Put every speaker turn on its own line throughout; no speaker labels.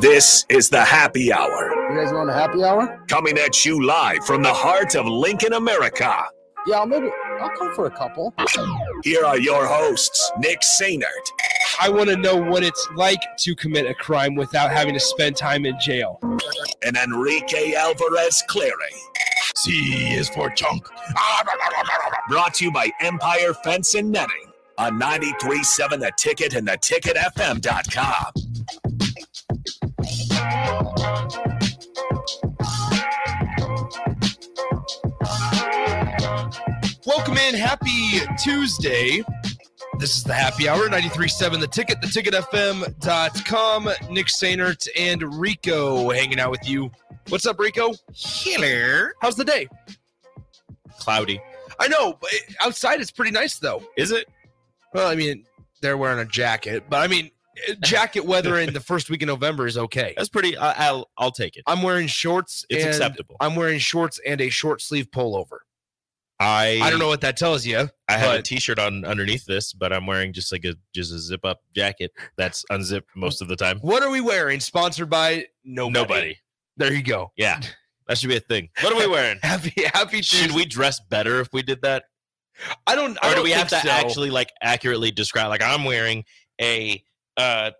This is the happy hour
You guys want a happy hour?
coming at you live from the heart of Lincoln, America.
Yeah, I'll maybe I'll come for a couple.
Here are your hosts, Nick Sainert
I want to know what it's like to commit a crime without having to spend time in jail.
and Enrique Alvarez Clary.
C is for chunk.
Brought to you by Empire Fence and Netting on 937 The Ticket and theticketfm.com.
Welcome in. Happy Tuesday. This is the happy hour 937 The Ticket, theticketfm.com. Nick Sainert and Rico hanging out with you. What's up, Rico? Hello. How's the day?
Cloudy.
I know, but it- outside it's pretty nice though.
Is it?
Well, I mean, they're wearing a jacket, but I mean, eh, jacket weather in the first week of November is okay.
That's pretty. I I'll, I'll take it.
I'm wearing shorts.
It's
and-
acceptable.
I'm wearing shorts and a short sleeve pullover.
I
I don't know what that tells you.
I have a
but-
T-shirt on underneath this, but I'm wearing just like a just a zip up jacket that's unzipped most of the time.
What are we wearing? Sponsored by nobody.
Nobody.
There you go.
Yeah, that should be a thing. What are we wearing?
Happy, happy.
Should
Tuesday.
we dress better if we did that,
I don't. I
or do
don't
we have to
think so.
actually like accurately describe? Like I'm wearing a uh,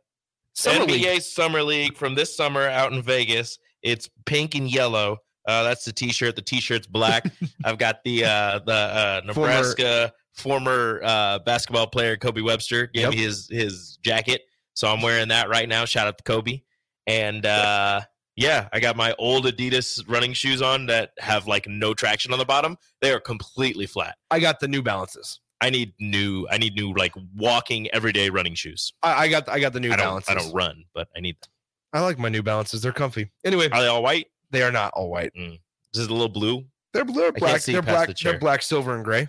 Summer
NBA
league.
summer league from this summer out in Vegas. It's pink and yellow. Uh, that's the T-shirt. The T-shirt's black. I've got the uh, the uh,
Former-
Nebraska former, uh, basketball player Kobe Webster gave
Yep.
me his his jacket, so I'm wearing that right now. Shout out to Kobe. And uh, yeah, I got my old Adidas running shoes on that have like no traction on the bottom. They are completely flat.
I got the New Balances.
I need new. I need new like walking everyday running shoes.
I, I got. I got the New
I don't.
Balances.
I don't run, but I need. Them.
I like my New Balances. They're comfy. Anyway,
Are they all white?
they are not all white.
This is a little blue.
They're, they're
can't
black.
see
They're
past
black.
the
they're
chair.
black, silver, and gray.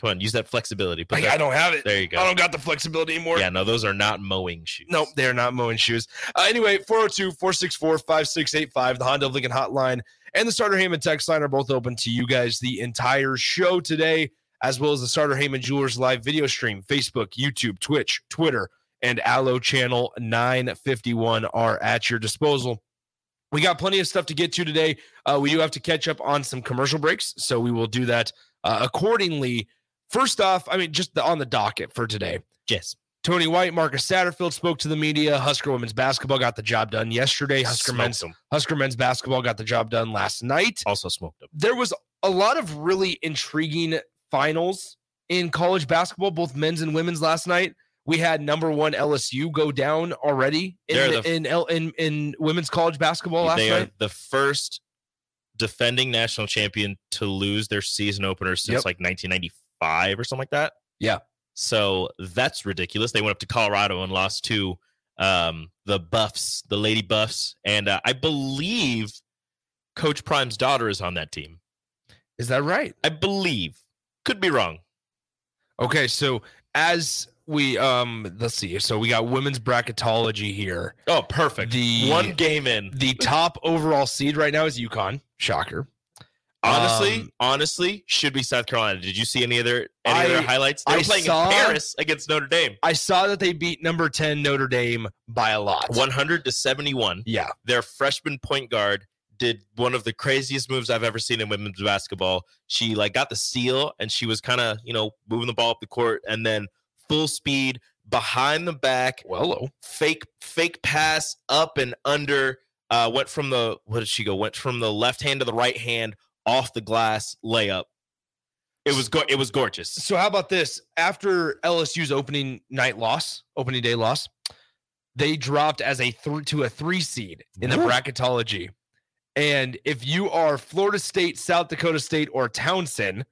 Come on, use that flexibility. Put
I, I
that,
don't have it.
there you go.
I don't got the flexibility anymore.
yeah, no, those are not mowing shoes.
Nope, they are not mowing shoes. Uh, anyway, 402 464 5685, the Honda of Lincoln hotline and the Starter Heyman text line are both open to you guys the entire show today, as well as the Starter Heyman Jewelers live video stream, Facebook, YouTube, Twitch, Twitter, and Allo Channel 951 are at your disposal. We got plenty of stuff to get to today. Uh, we do have to catch up on some commercial breaks, so we will do that uh, accordingly. First off, I mean, just the, on the docket for today.
Yes.
Tony White, Marcus Satterfield spoke to the media. Husker women's basketball got the job done yesterday. Husker
Smoked
men's
them.
Husker men's basketball got the job done last night.
Also smoked them.
There was a lot of really intriguing finals in college basketball, both men's and women's last night. We had number one LSU go down already in
They're
the,
the-
in, L, in in women's college basketball last
they
night.
are the first defending national champion to lose their season opener since
Yep.
like 1995 or something like that.
Yeah.
So that's ridiculous. They went up to Colorado and lost to um, the Buffs, the Lady Buffs, and uh, I believe Coach Prime's daughter is on that team.
Is that right?
I believe. Could be wrong.
Okay, so as we um let's see. So we got women's bracketology here.
Oh, perfect.
The-
One game in.
The top overall seed right now is UConn. Shocker.
Honestly,
Um,
honestly, should be South Carolina. Did you see any of their any of
I-
their highlights? They
I
were playing
saw-
in Paris against Notre Dame.
I saw that they beat number 10 Notre Dame by a lot.
100 to 71.
Yeah.
Their freshman point guard did one of the craziest moves I've ever seen in women's basketball. She like got the steal and she was kind of, you know, moving the ball up the court and then full speed behind the back
Well,
fake fake pass up and under uh went from the what did she go went from the left hand to the right hand off the glass layup it was go- it was gorgeous
So how about this? After LSU's opening night loss, opening day loss, they dropped as a three to a three seed in the
Woo.
bracketology. And if you are Florida State, South Dakota State, or Townsend,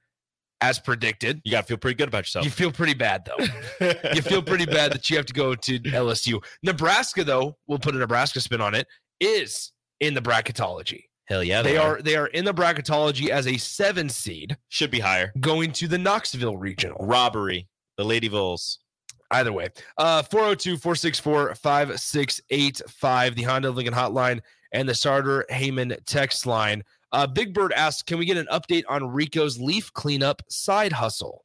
as predicted,
you gotta feel pretty good about yourself
you feel pretty bad though. you feel pretty bad that you have to go to LSU. Nebraska, though, we'll put a Nebraska spin on it, is in the bracketology.
hell yeah
They are they are in the bracketology as a seven seed
should be higher
going to the Knoxville regional.
robbery the lady vols
Either way, uh, 402-464-5685, the Honda of Lincoln hotline and the Sarter Heyman text line. Uh, Big Bird asks, can we get an update on Rico's leaf cleanup side hustle?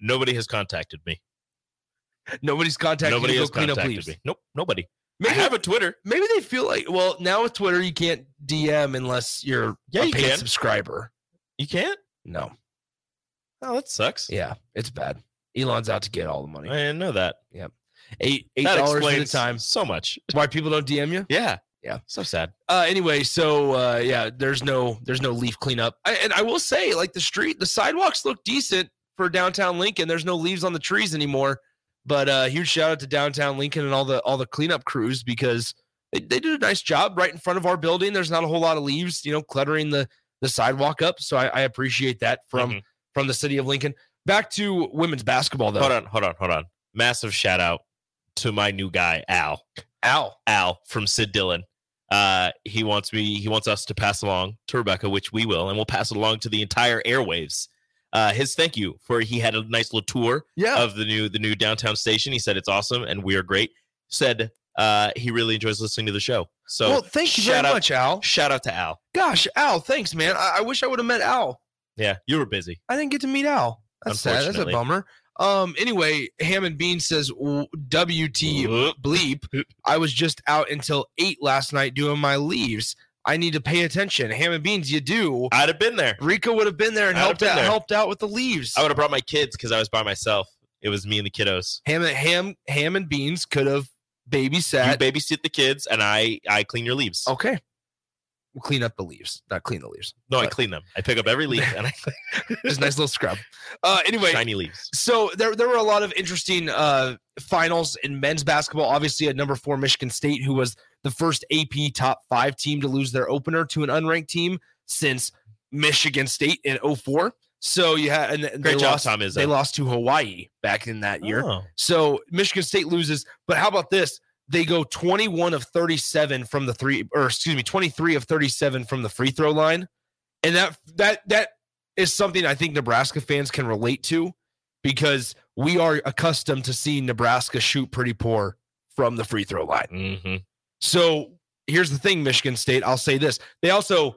nobody has contacted me
Nobody's contacted
nobody
you to
has
go clean up
contacted
leaves.
me nope nobody
Maybe,
i have a twitter
maybe they feel like, well, now with Twitter, you can't DM unless you're
Yeah,
a
you
paid
can.
subscriber.
you can't
No.
oh that sucks
Yeah, it's bad. Elon's out to get all the
i
money.
didn't know that
Eight eight
that
dollars at a
explains
time.
so much
Why people don't DM you?
yeah
Yeah.
so sad
uh anyway so uh yeah there's no there's no leaf cleanup I, and i will say like the street the sidewalks look decent for downtown lincoln there's no leaves on the trees anymore but uh huge shout out to downtown lincoln and all the all the cleanup crews because they, they did a nice job right in front of our building there's not a whole lot of leaves you know cluttering the the sidewalk up so i, I appreciate that from
Mhm.
from the city of lincoln back to women's basketball though
hold on hold on hold on massive shout out to my new guy al
ow
Al from Sid Dillon. Uh, he wants me. He wants us to pass along to Rebecca, which we will, and we'll pass it along to the entire airwaves. Uh, his thank you for he had a nice little tour
yeah
of the new the new downtown station. He said it's awesome and we are great. Said uh, he really enjoys listening to the show. So
well thank you
shout
very
out-
much al
Shout out to Al.
gosh al thanks man i, I wish i would have met al
Yeah, you were busy.
I didn't get to meet Al. That's sad. That's a
Unfortunately.
bummer. Um. Anyway, Hammond Bean says, "W- "WT bleep." I was just out until eight last night doing my leaves. I need to pay attention. Hammond Beans, you do.
I'd have been there.
Rico would have been there and
I'd have
helped
been
out,
there.
helped out with the leaves.
I would have brought my kids because I was by myself. It was me and the kiddos.
Ham, ham, ham and beans could have
You
babysat.
babysit the kids and I I clean your leaves.
okay, we'll clean up the leaves, not clean the leaves.
no, I
but-
clean them. I pick up every leaf and I
Just a nice little scrub. Uh. Anyway,
shiny leaves.
So there, there were a lot of interesting uh, finals in men's basketball. Obviously, at number four, Michigan State, who was the first AP top five team to lose their opener to an unranked team since Michigan State in 04. So you had and they
Great job,
lost,
Tom Izzo.
They lost to Hawaii back in that year.
Oh.
So Michigan State loses, but how about this? They go 21 of 37 from the three, or excuse me, 23 of 37 from the free throw line, and that that that is something I think Nebraska fans can relate to because we are accustomed to seeing Nebraska shoot pretty poor from the free throw line.
Mm-hmm.
So here's the thing, Michigan State. I'll say this: they also,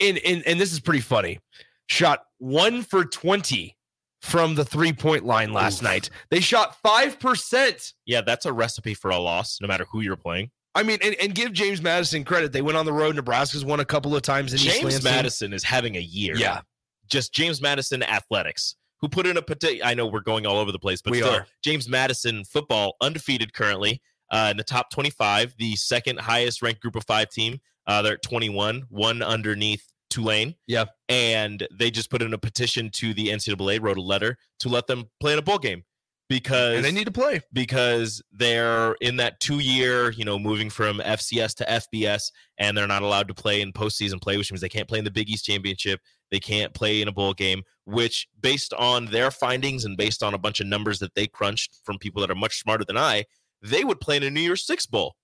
in in and this is pretty funny, shot one for twenty from the three point line last
Oof.
night. They shot five percent.
Yeah, that's a recipe for a loss, no matter who you're playing.
I mean, and, and give James Madison credit. They went on the road. Nebraska's won a couple of times in East
James
Lansing.
Madison is having a year.
Yeah.
Just James Madison athletics, who put in a particular. I know we're going all over the place, but
We
still,
are.
James Madison football undefeated currently uh, in the top 25, the second highest ranked group of five team. Uh, they're at 21, one underneath Tulane.
Yeah.
And they just put in a petition to the NCAA, wrote a letter to let them play in a bowl game because
and they need to play.
because they're in that two year, you know, moving from FCS to FBS, and they're not allowed to play in postseason play, which means they can't play in the Big East Championship. They can't play in a bowl game, which, based on their findings and based on a bunch of numbers that they crunched from people that are much smarter than I, they would play in a New Year's Six Bowl.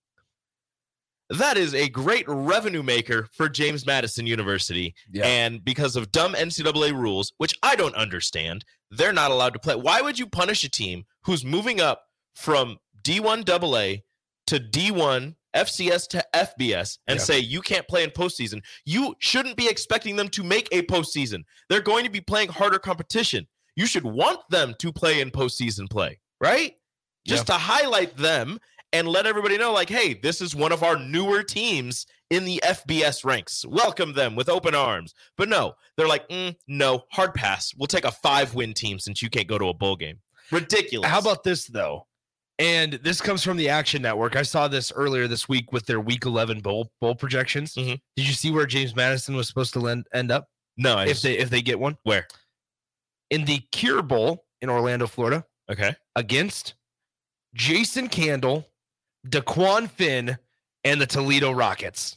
That is a great revenue maker for James Madison University.
Yeah.
And because of dumb NCAA rules, which I don't understand, they're not allowed to play. Why would you punish a team who's moving up from D1 AA to D1 FCS to FBS and
Yeah.
say you can't play in postseason? You shouldn't be expecting them to make a postseason. They're going to be playing harder competition. You should want them to play in postseason play, right? Just to highlight them and let everybody know, like, hey, this is one of our newer teams in the FBS ranks. Welcome them with open arms. But no, they're like, mm, no, hard pass. We'll take a five win team since you can't go to a bowl game. Ridiculous.
How about this though? And this comes from the Action Network. I saw this earlier this week with their Week 11 bowl bowl projections.
Mhm.
Did you see where James Madison was supposed to lend, end up
no? I
if
just-
they if they get one
where?
in the Cure Bowl in Orlando, Florida,
Okay.
against Jason Candle, Daquan Finn, and the Toledo Rockets.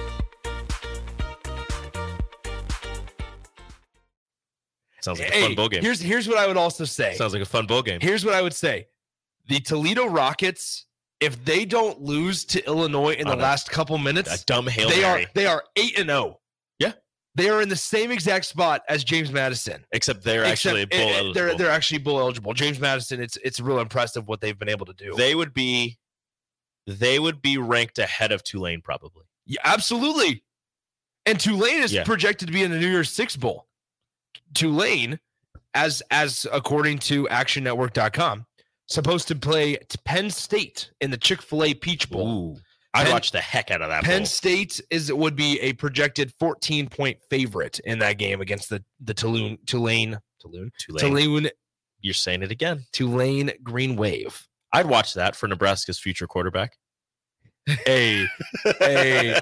Sounds like a
Hey,
fun bowl game.
Here's here's what I would also say.
Sounds like a fun bowl game.
Here's what I would say: the Toledo Rockets, if they don't lose to Illinois in the
On a-
last couple
a
minutes,
dumb hail
they
mary.
are they are eight and zero.
Yeah.
they are in the same exact spot as James Madison.
Except they're actually
Except
bowl
it-
eligible.
it- They're they're actually bowl eligible. James Madison, it's it's real impressive what they've been able to do.
they would be they would be ranked ahead of Tulane probably.
Yeah, absolutely. And Tulane is
Yeah.
projected to be in the New Year's Six Bowl. Tulane, as as according to ActionNetwork.com, supposed to play t- Penn State in the Chick Fil A Peach Bowl.
Ooh. I'd
Penn-
watch the heck out of that
Penn
bowl.
State is would be a projected 14 point favorite in that game against the the Tulane Tulane Tulane
Tulane.
Tulane
You're saying it again.
Tulane Green Wave.
I'd watch that for Nebraska's future quarterback. Hey,
Hey.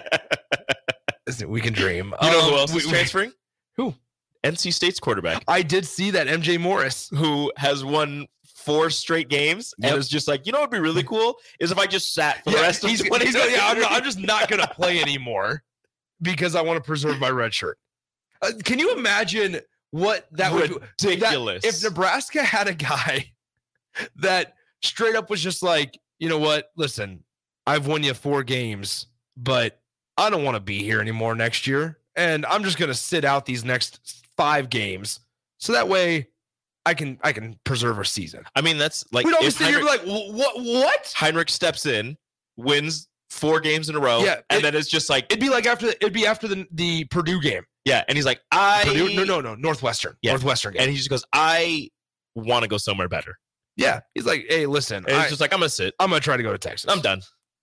Listen, We can dream.
You know
Um,
who else
we-
is
we-
transferring?
Who?
NC State's quarterback,
I did see that MJ Morris.
who has won four straight games
Yep.
and was just like, you know what would be really cool is if I just sat for the
Yeah,
rest of
he's-
20
he's gonna- yeah, I'm, I'm just not going to play anymore because I want to preserve my red shirt. Uh, can you imagine what that would do? That-
ridiculous.
if Nebraska had a guy that straight up was just like, you know what? Listen, I've won you four games, but I don't want to be here anymore next year, and I'm just going to sit out these next five games so that way I can I can preserve a season.
I mean, that's like
We'd all be
if
sitting here
Heinrich,
be like, "Wh- what? What?
Heinrich steps in, wins four games in a row,
Yeah,
and
it-
then it's just like,
It'd be like after the, it'd be after the the Purdue game.
yeah, and he's like, I
Purdue, no, no, no, Northwestern,
Yeah.
Northwestern game.
and he just goes, I want to go somewhere better.
yeah, he's like, hey, listen,
And
I,
it's just like I'm gonna sit.
I'm gonna try to go to Texas.
I'm done.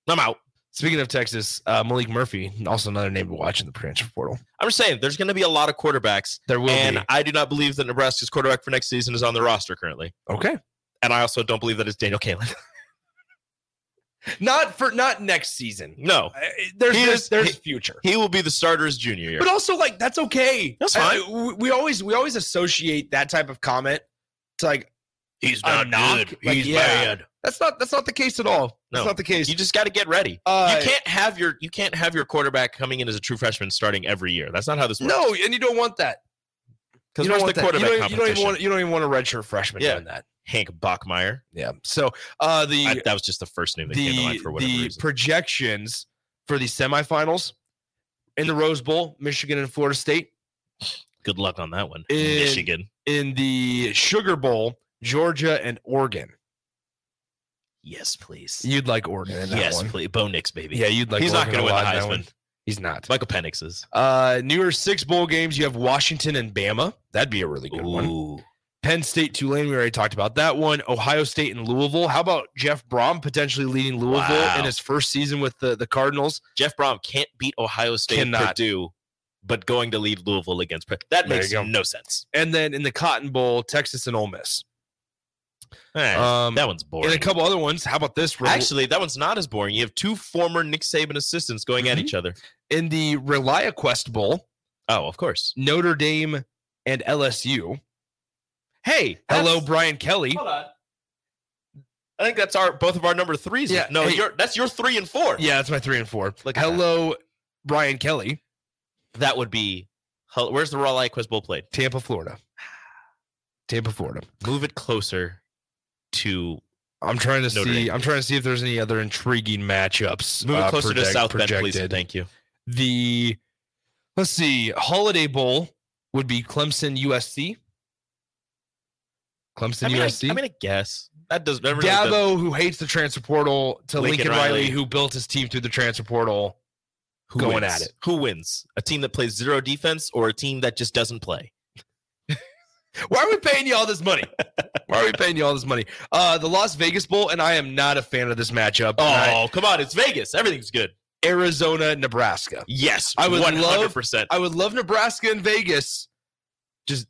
I'm out.
Speaking of Texas, uh, Malik Murphy, also another name to watch in the transfer portal.
I'm just saying, there's going to be a lot of quarterbacks,
There will
and
be.
I do not believe that Nebraska's quarterback for next season is on the roster currently,
Okay.
and I also don't believe that it's Daniel Kalen.
Not for not next season.
no,
Uh, There's
He
there's,
is-
there's
he-
future.
he will be the starter as junior year.
But also like that's okay.
That's
I- we, we always we always associate that type of comment to like
He's
not good. He's bad. that's not that's not the case at all.
No.
That's not the case.
You just got to get ready.
Uh,
you can't have your you can't have your quarterback coming in as a true freshman starting every year. That's not how this works.
no, and you don't want that.
because
you don't
where's
want
the
that.
quarterback
you don't, you don't even
competition?
want you don't even want a redshirt freshman
Yeah.
doing that.
Hank Bachmeyer.
Yeah. So uh the
I- that was just the first name that came to
the,
mind for whatever
the
reason.
projections for the semifinals in the Rose Bowl, Michigan and Florida State.
Good luck on that one,
in-
Michigan.
In the Sugar Bowl, Georgia and Oregon.
Yes, please.
You'd like Oregon in that
yes,
one.
please. Bo Nix, baby.
Yeah, you'd like.
He's not
Oregon
gonna
a
win the
lot in that
Heisman.
one. He's not.
Michael Penix is.
Uh, New Year's six bowl games. You have Washington and Bama. That'd be a really good one.
Ooh.
Penn State, Tulane. We already talked about that one. Ohio State and Louisville. How about Jeff Brom potentially leading Louisville
Wow.
in his first season with the, the Cardinals?
Jeff Brom can't beat Ohio State and
Cannot.
Purdue, but going to lead Louisville against Pitt. That
There
makes
you go.
no sense.
And then in the Cotton Bowl, Texas and Ole Miss.
Eh,
Um,
that one's boring.
and a couple other ones. How about this? Rel-
Actually, that one's not as boring. You have two former Nick Saban assistants going at
Mhm.
each other.
in the ReliaQuest Bowl,
Oh, of course.
Notre Dame and LSU. Hey, hello,
that's-
Brian Kelly.
Hold on. I think that's our both of our number threes.
Yeah,
No,
hey.
your that's your three and four.
Yeah, that's my three and four.
Look at that.
hello, Brian Kelly,
That would be. hell- Where's the Raw Light Quiz Bowl played?
Tampa, Florida. Tampa, Florida.
Move it closer to
I'm trying to
Notre
see.
Dame.
I'm trying to see if there's any other intriguing matchups.
move it
uh,
closer to
project-
South Bend, please.
projected.
Thank you.
The let's see, Holiday Bowl would be Clemson, USC. Clemson,
I mean, I,
USC.
I mean, I guess that does. That really does-
Dabo, who hates the transfer portal, to
Lincoln
Lincoln, Riley,
Riley.
who built his team through the transfer portal.
who
going
wins?
at it.
Who wins? A team that plays zero defense or a team that just doesn't play?
Why are we paying you all this money? Why are we paying you all this money? Uh, the Las Vegas Bowl, and I am not a fan of this matchup.
Oh,
I-
come on! It's Vegas. Everything's good.
Arizona, Nebraska.
Yes,
I would love-
100%.
I would love Nebraska and Vegas. Just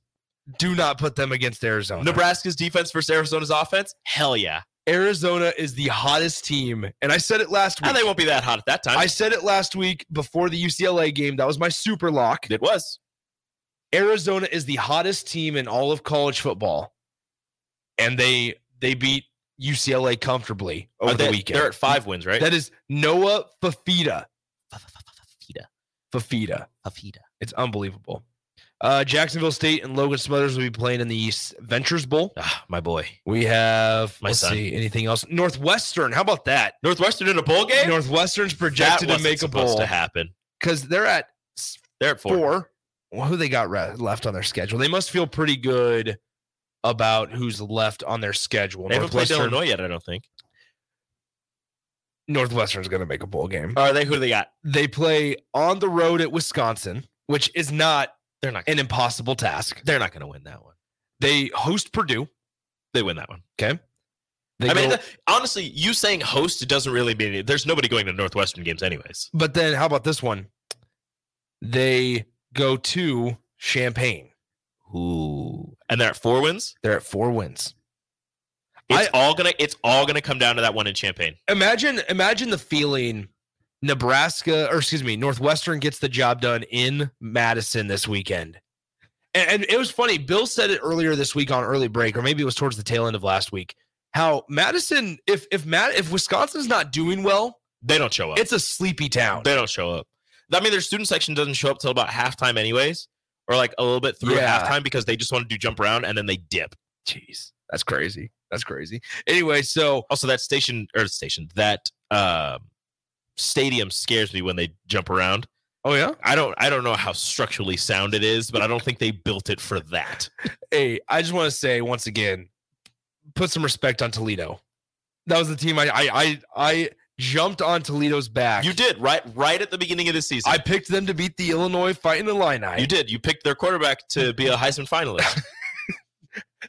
do not put them against Arizona.
Nebraska's defense versus Arizona's offense. Hell yeah!
Arizona is the hottest team, and I said it last week.
And they won't be that hot at that time.
I said it last week before the UCLA game. That was my super lock.
it was.
Arizona is the hottest team in all of college football, and they they beat UCLA comfortably over
Are
the
they-
weekend.
They're at five wins, right?
That is Noah Fafita.
Fafita.
Fafita.
Fafita.
It's unbelievable. Uh, Jacksonville State and Logan Smothers will be playing in the East Ventures Bowl.
Ah, my boy.
We have
My
let's
son.
see anything else. Northwestern. How about that?
Northwestern in a bowl game.
Northwestern's projected to
wasn't
make a
supposed
bowl
to happen.
because they're at
They're at
four.
four.
Well, who they got re- left on their schedule? They must feel pretty good about who's left on their schedule.
They haven't played
Northwestern-
Illinois yet, I don't think.
Northwestern's going to make a bowl game.
Are they? Who do they got?
They play on the road at Wisconsin, which is not
They're not.
an impossible task.
They're not going to win that one.
They host Purdue.
They win that one.
They
I mean,
go-
th- honestly, you saying host it doesn't really mean it. There's nobody going to Northwestern games, anyways.
but then how about this one? They go to Champaign.
Ooh. And they're at four wins.
They're at four wins.
It's
I-
all gonna. It's all gonna come down to that one in Champaign.
Imagine, imagine the feeling. Nebraska, or excuse me, Northwestern gets the job done in Madison this weekend. And, and it was funny. Bill said it earlier this week on early break, or maybe it was towards the tail end of last week. How Madison, if if Matt, if Wisconsin's not doing well,
They don't show up.
it's a sleepy town.
They don't show up. I mean, their student section doesn't show up till about halftime, anyways, or like a little bit through
Yeah.
halftime because they just want to do jump around and then they dip.
Jeez, that's crazy. That's crazy. Anyway, so
Also, that station or station that um, stadium scares me when they jump around.
oh yeah,
I don't. I don't know how structurally sound it is, but I don't think they built it for that.
hey, I just want to say once again, put some respect on Toledo. That was the team I I I, I jumped on Toledo's back.
You did right. Right at the beginning of the season,
I picked them to beat the Illinois Fighting Illini.
you did. You picked their quarterback to be a Heisman finalist.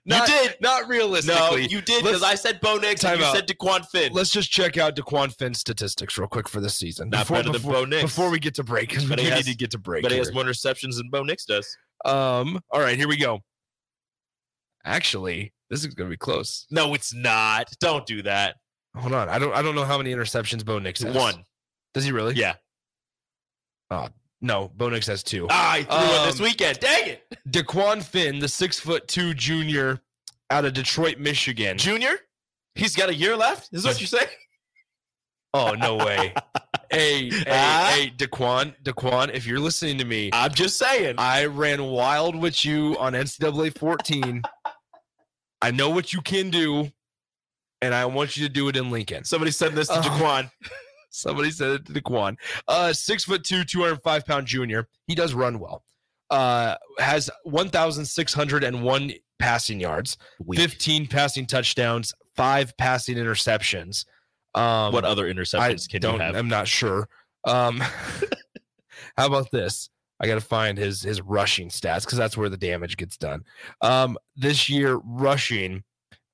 Not-
you did.
Not
No,
realistically.
you did because
Let's-
I said Bo Nix
Time
and you
out.
said DeQuan Finn.
Let's just check out DeQuan Finn's statistics real quick for this season.
Not better than
before,
Bo Nix.
before we get to break, because we
But
do
he
need
has-
to get to break.
but he
here.
has more receptions than Bo Nix does.
um, all right, here we go. Actually, this is gonna be close.
No, it's not. Don't do that.
Hold on. I don't I don't know how many interceptions Bo Nix has.
One.
Does he really?
Yeah.
No, Bo Nix has two.
Ah, I threw it this
Um,
weekend. Dang it.
Daquan Finn, the six foot two junior out of Detroit, Michigan.
Junior? He's got a year left? Is what you're saying?
oh, no way. hey, hey,
Ah.
hey, Daquan, Daquan, if you're listening to me,
I'm just saying.
I ran wild with you on NCAA 14. I know what you can do, and I want you to do it in Lincoln.
Somebody send this to
Oh.
Jaquan.
Somebody said it to Daquan. Uh, six foot two, 205 pound junior. He does run well. Uh, has 1,601 passing yards, 15 passing touchdowns, five passing interceptions. Um,
What other
I
interceptions can you
don't,
have?
I'm not sure. Um, How about this? I got to find his his rushing stats because that's where the damage gets done. Um, this year rushing.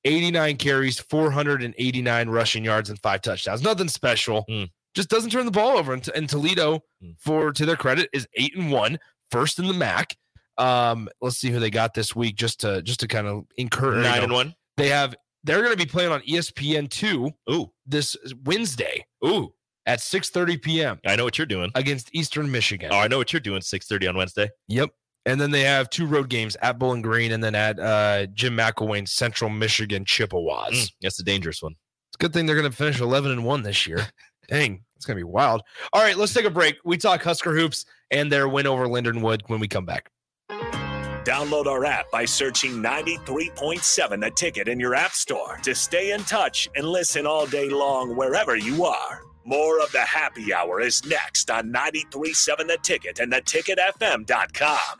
89 carries, 489 rushing yards, and five touchdowns. Nothing special.
Mm.
Just doesn't turn the ball over. And, and Toledo,
Mm.
for to their credit, is eight and one, first in the MAC. Um, let's see who they got this week, just to just to kind of encourage.
Nine and one.
They have they're going to be playing on E ESPN two
Ooh,
this Wednesday
ooh.
at 6:30 p.m.
I know what you're doing.
against Eastern Michigan.
Oh, I know what you're doing. Six thirty on Wednesday.
Yep. And then they have two road games at Bowling Green and then at uh, Jim McElwain's Central Michigan Chippewas.
Mm, that's a dangerous one.
It's a good thing they're going to finish 11 and 1 this year. Dang, it's going to be wild. All right, let's take a break. We talk Husker Hoops and their win over Lindenwood when we come back.
Download our app by searching 93.7 The Ticket in your app store to stay in touch and listen all day long wherever you are. More of the happy hour is next on 93.7 The Ticket and theticketfm.com.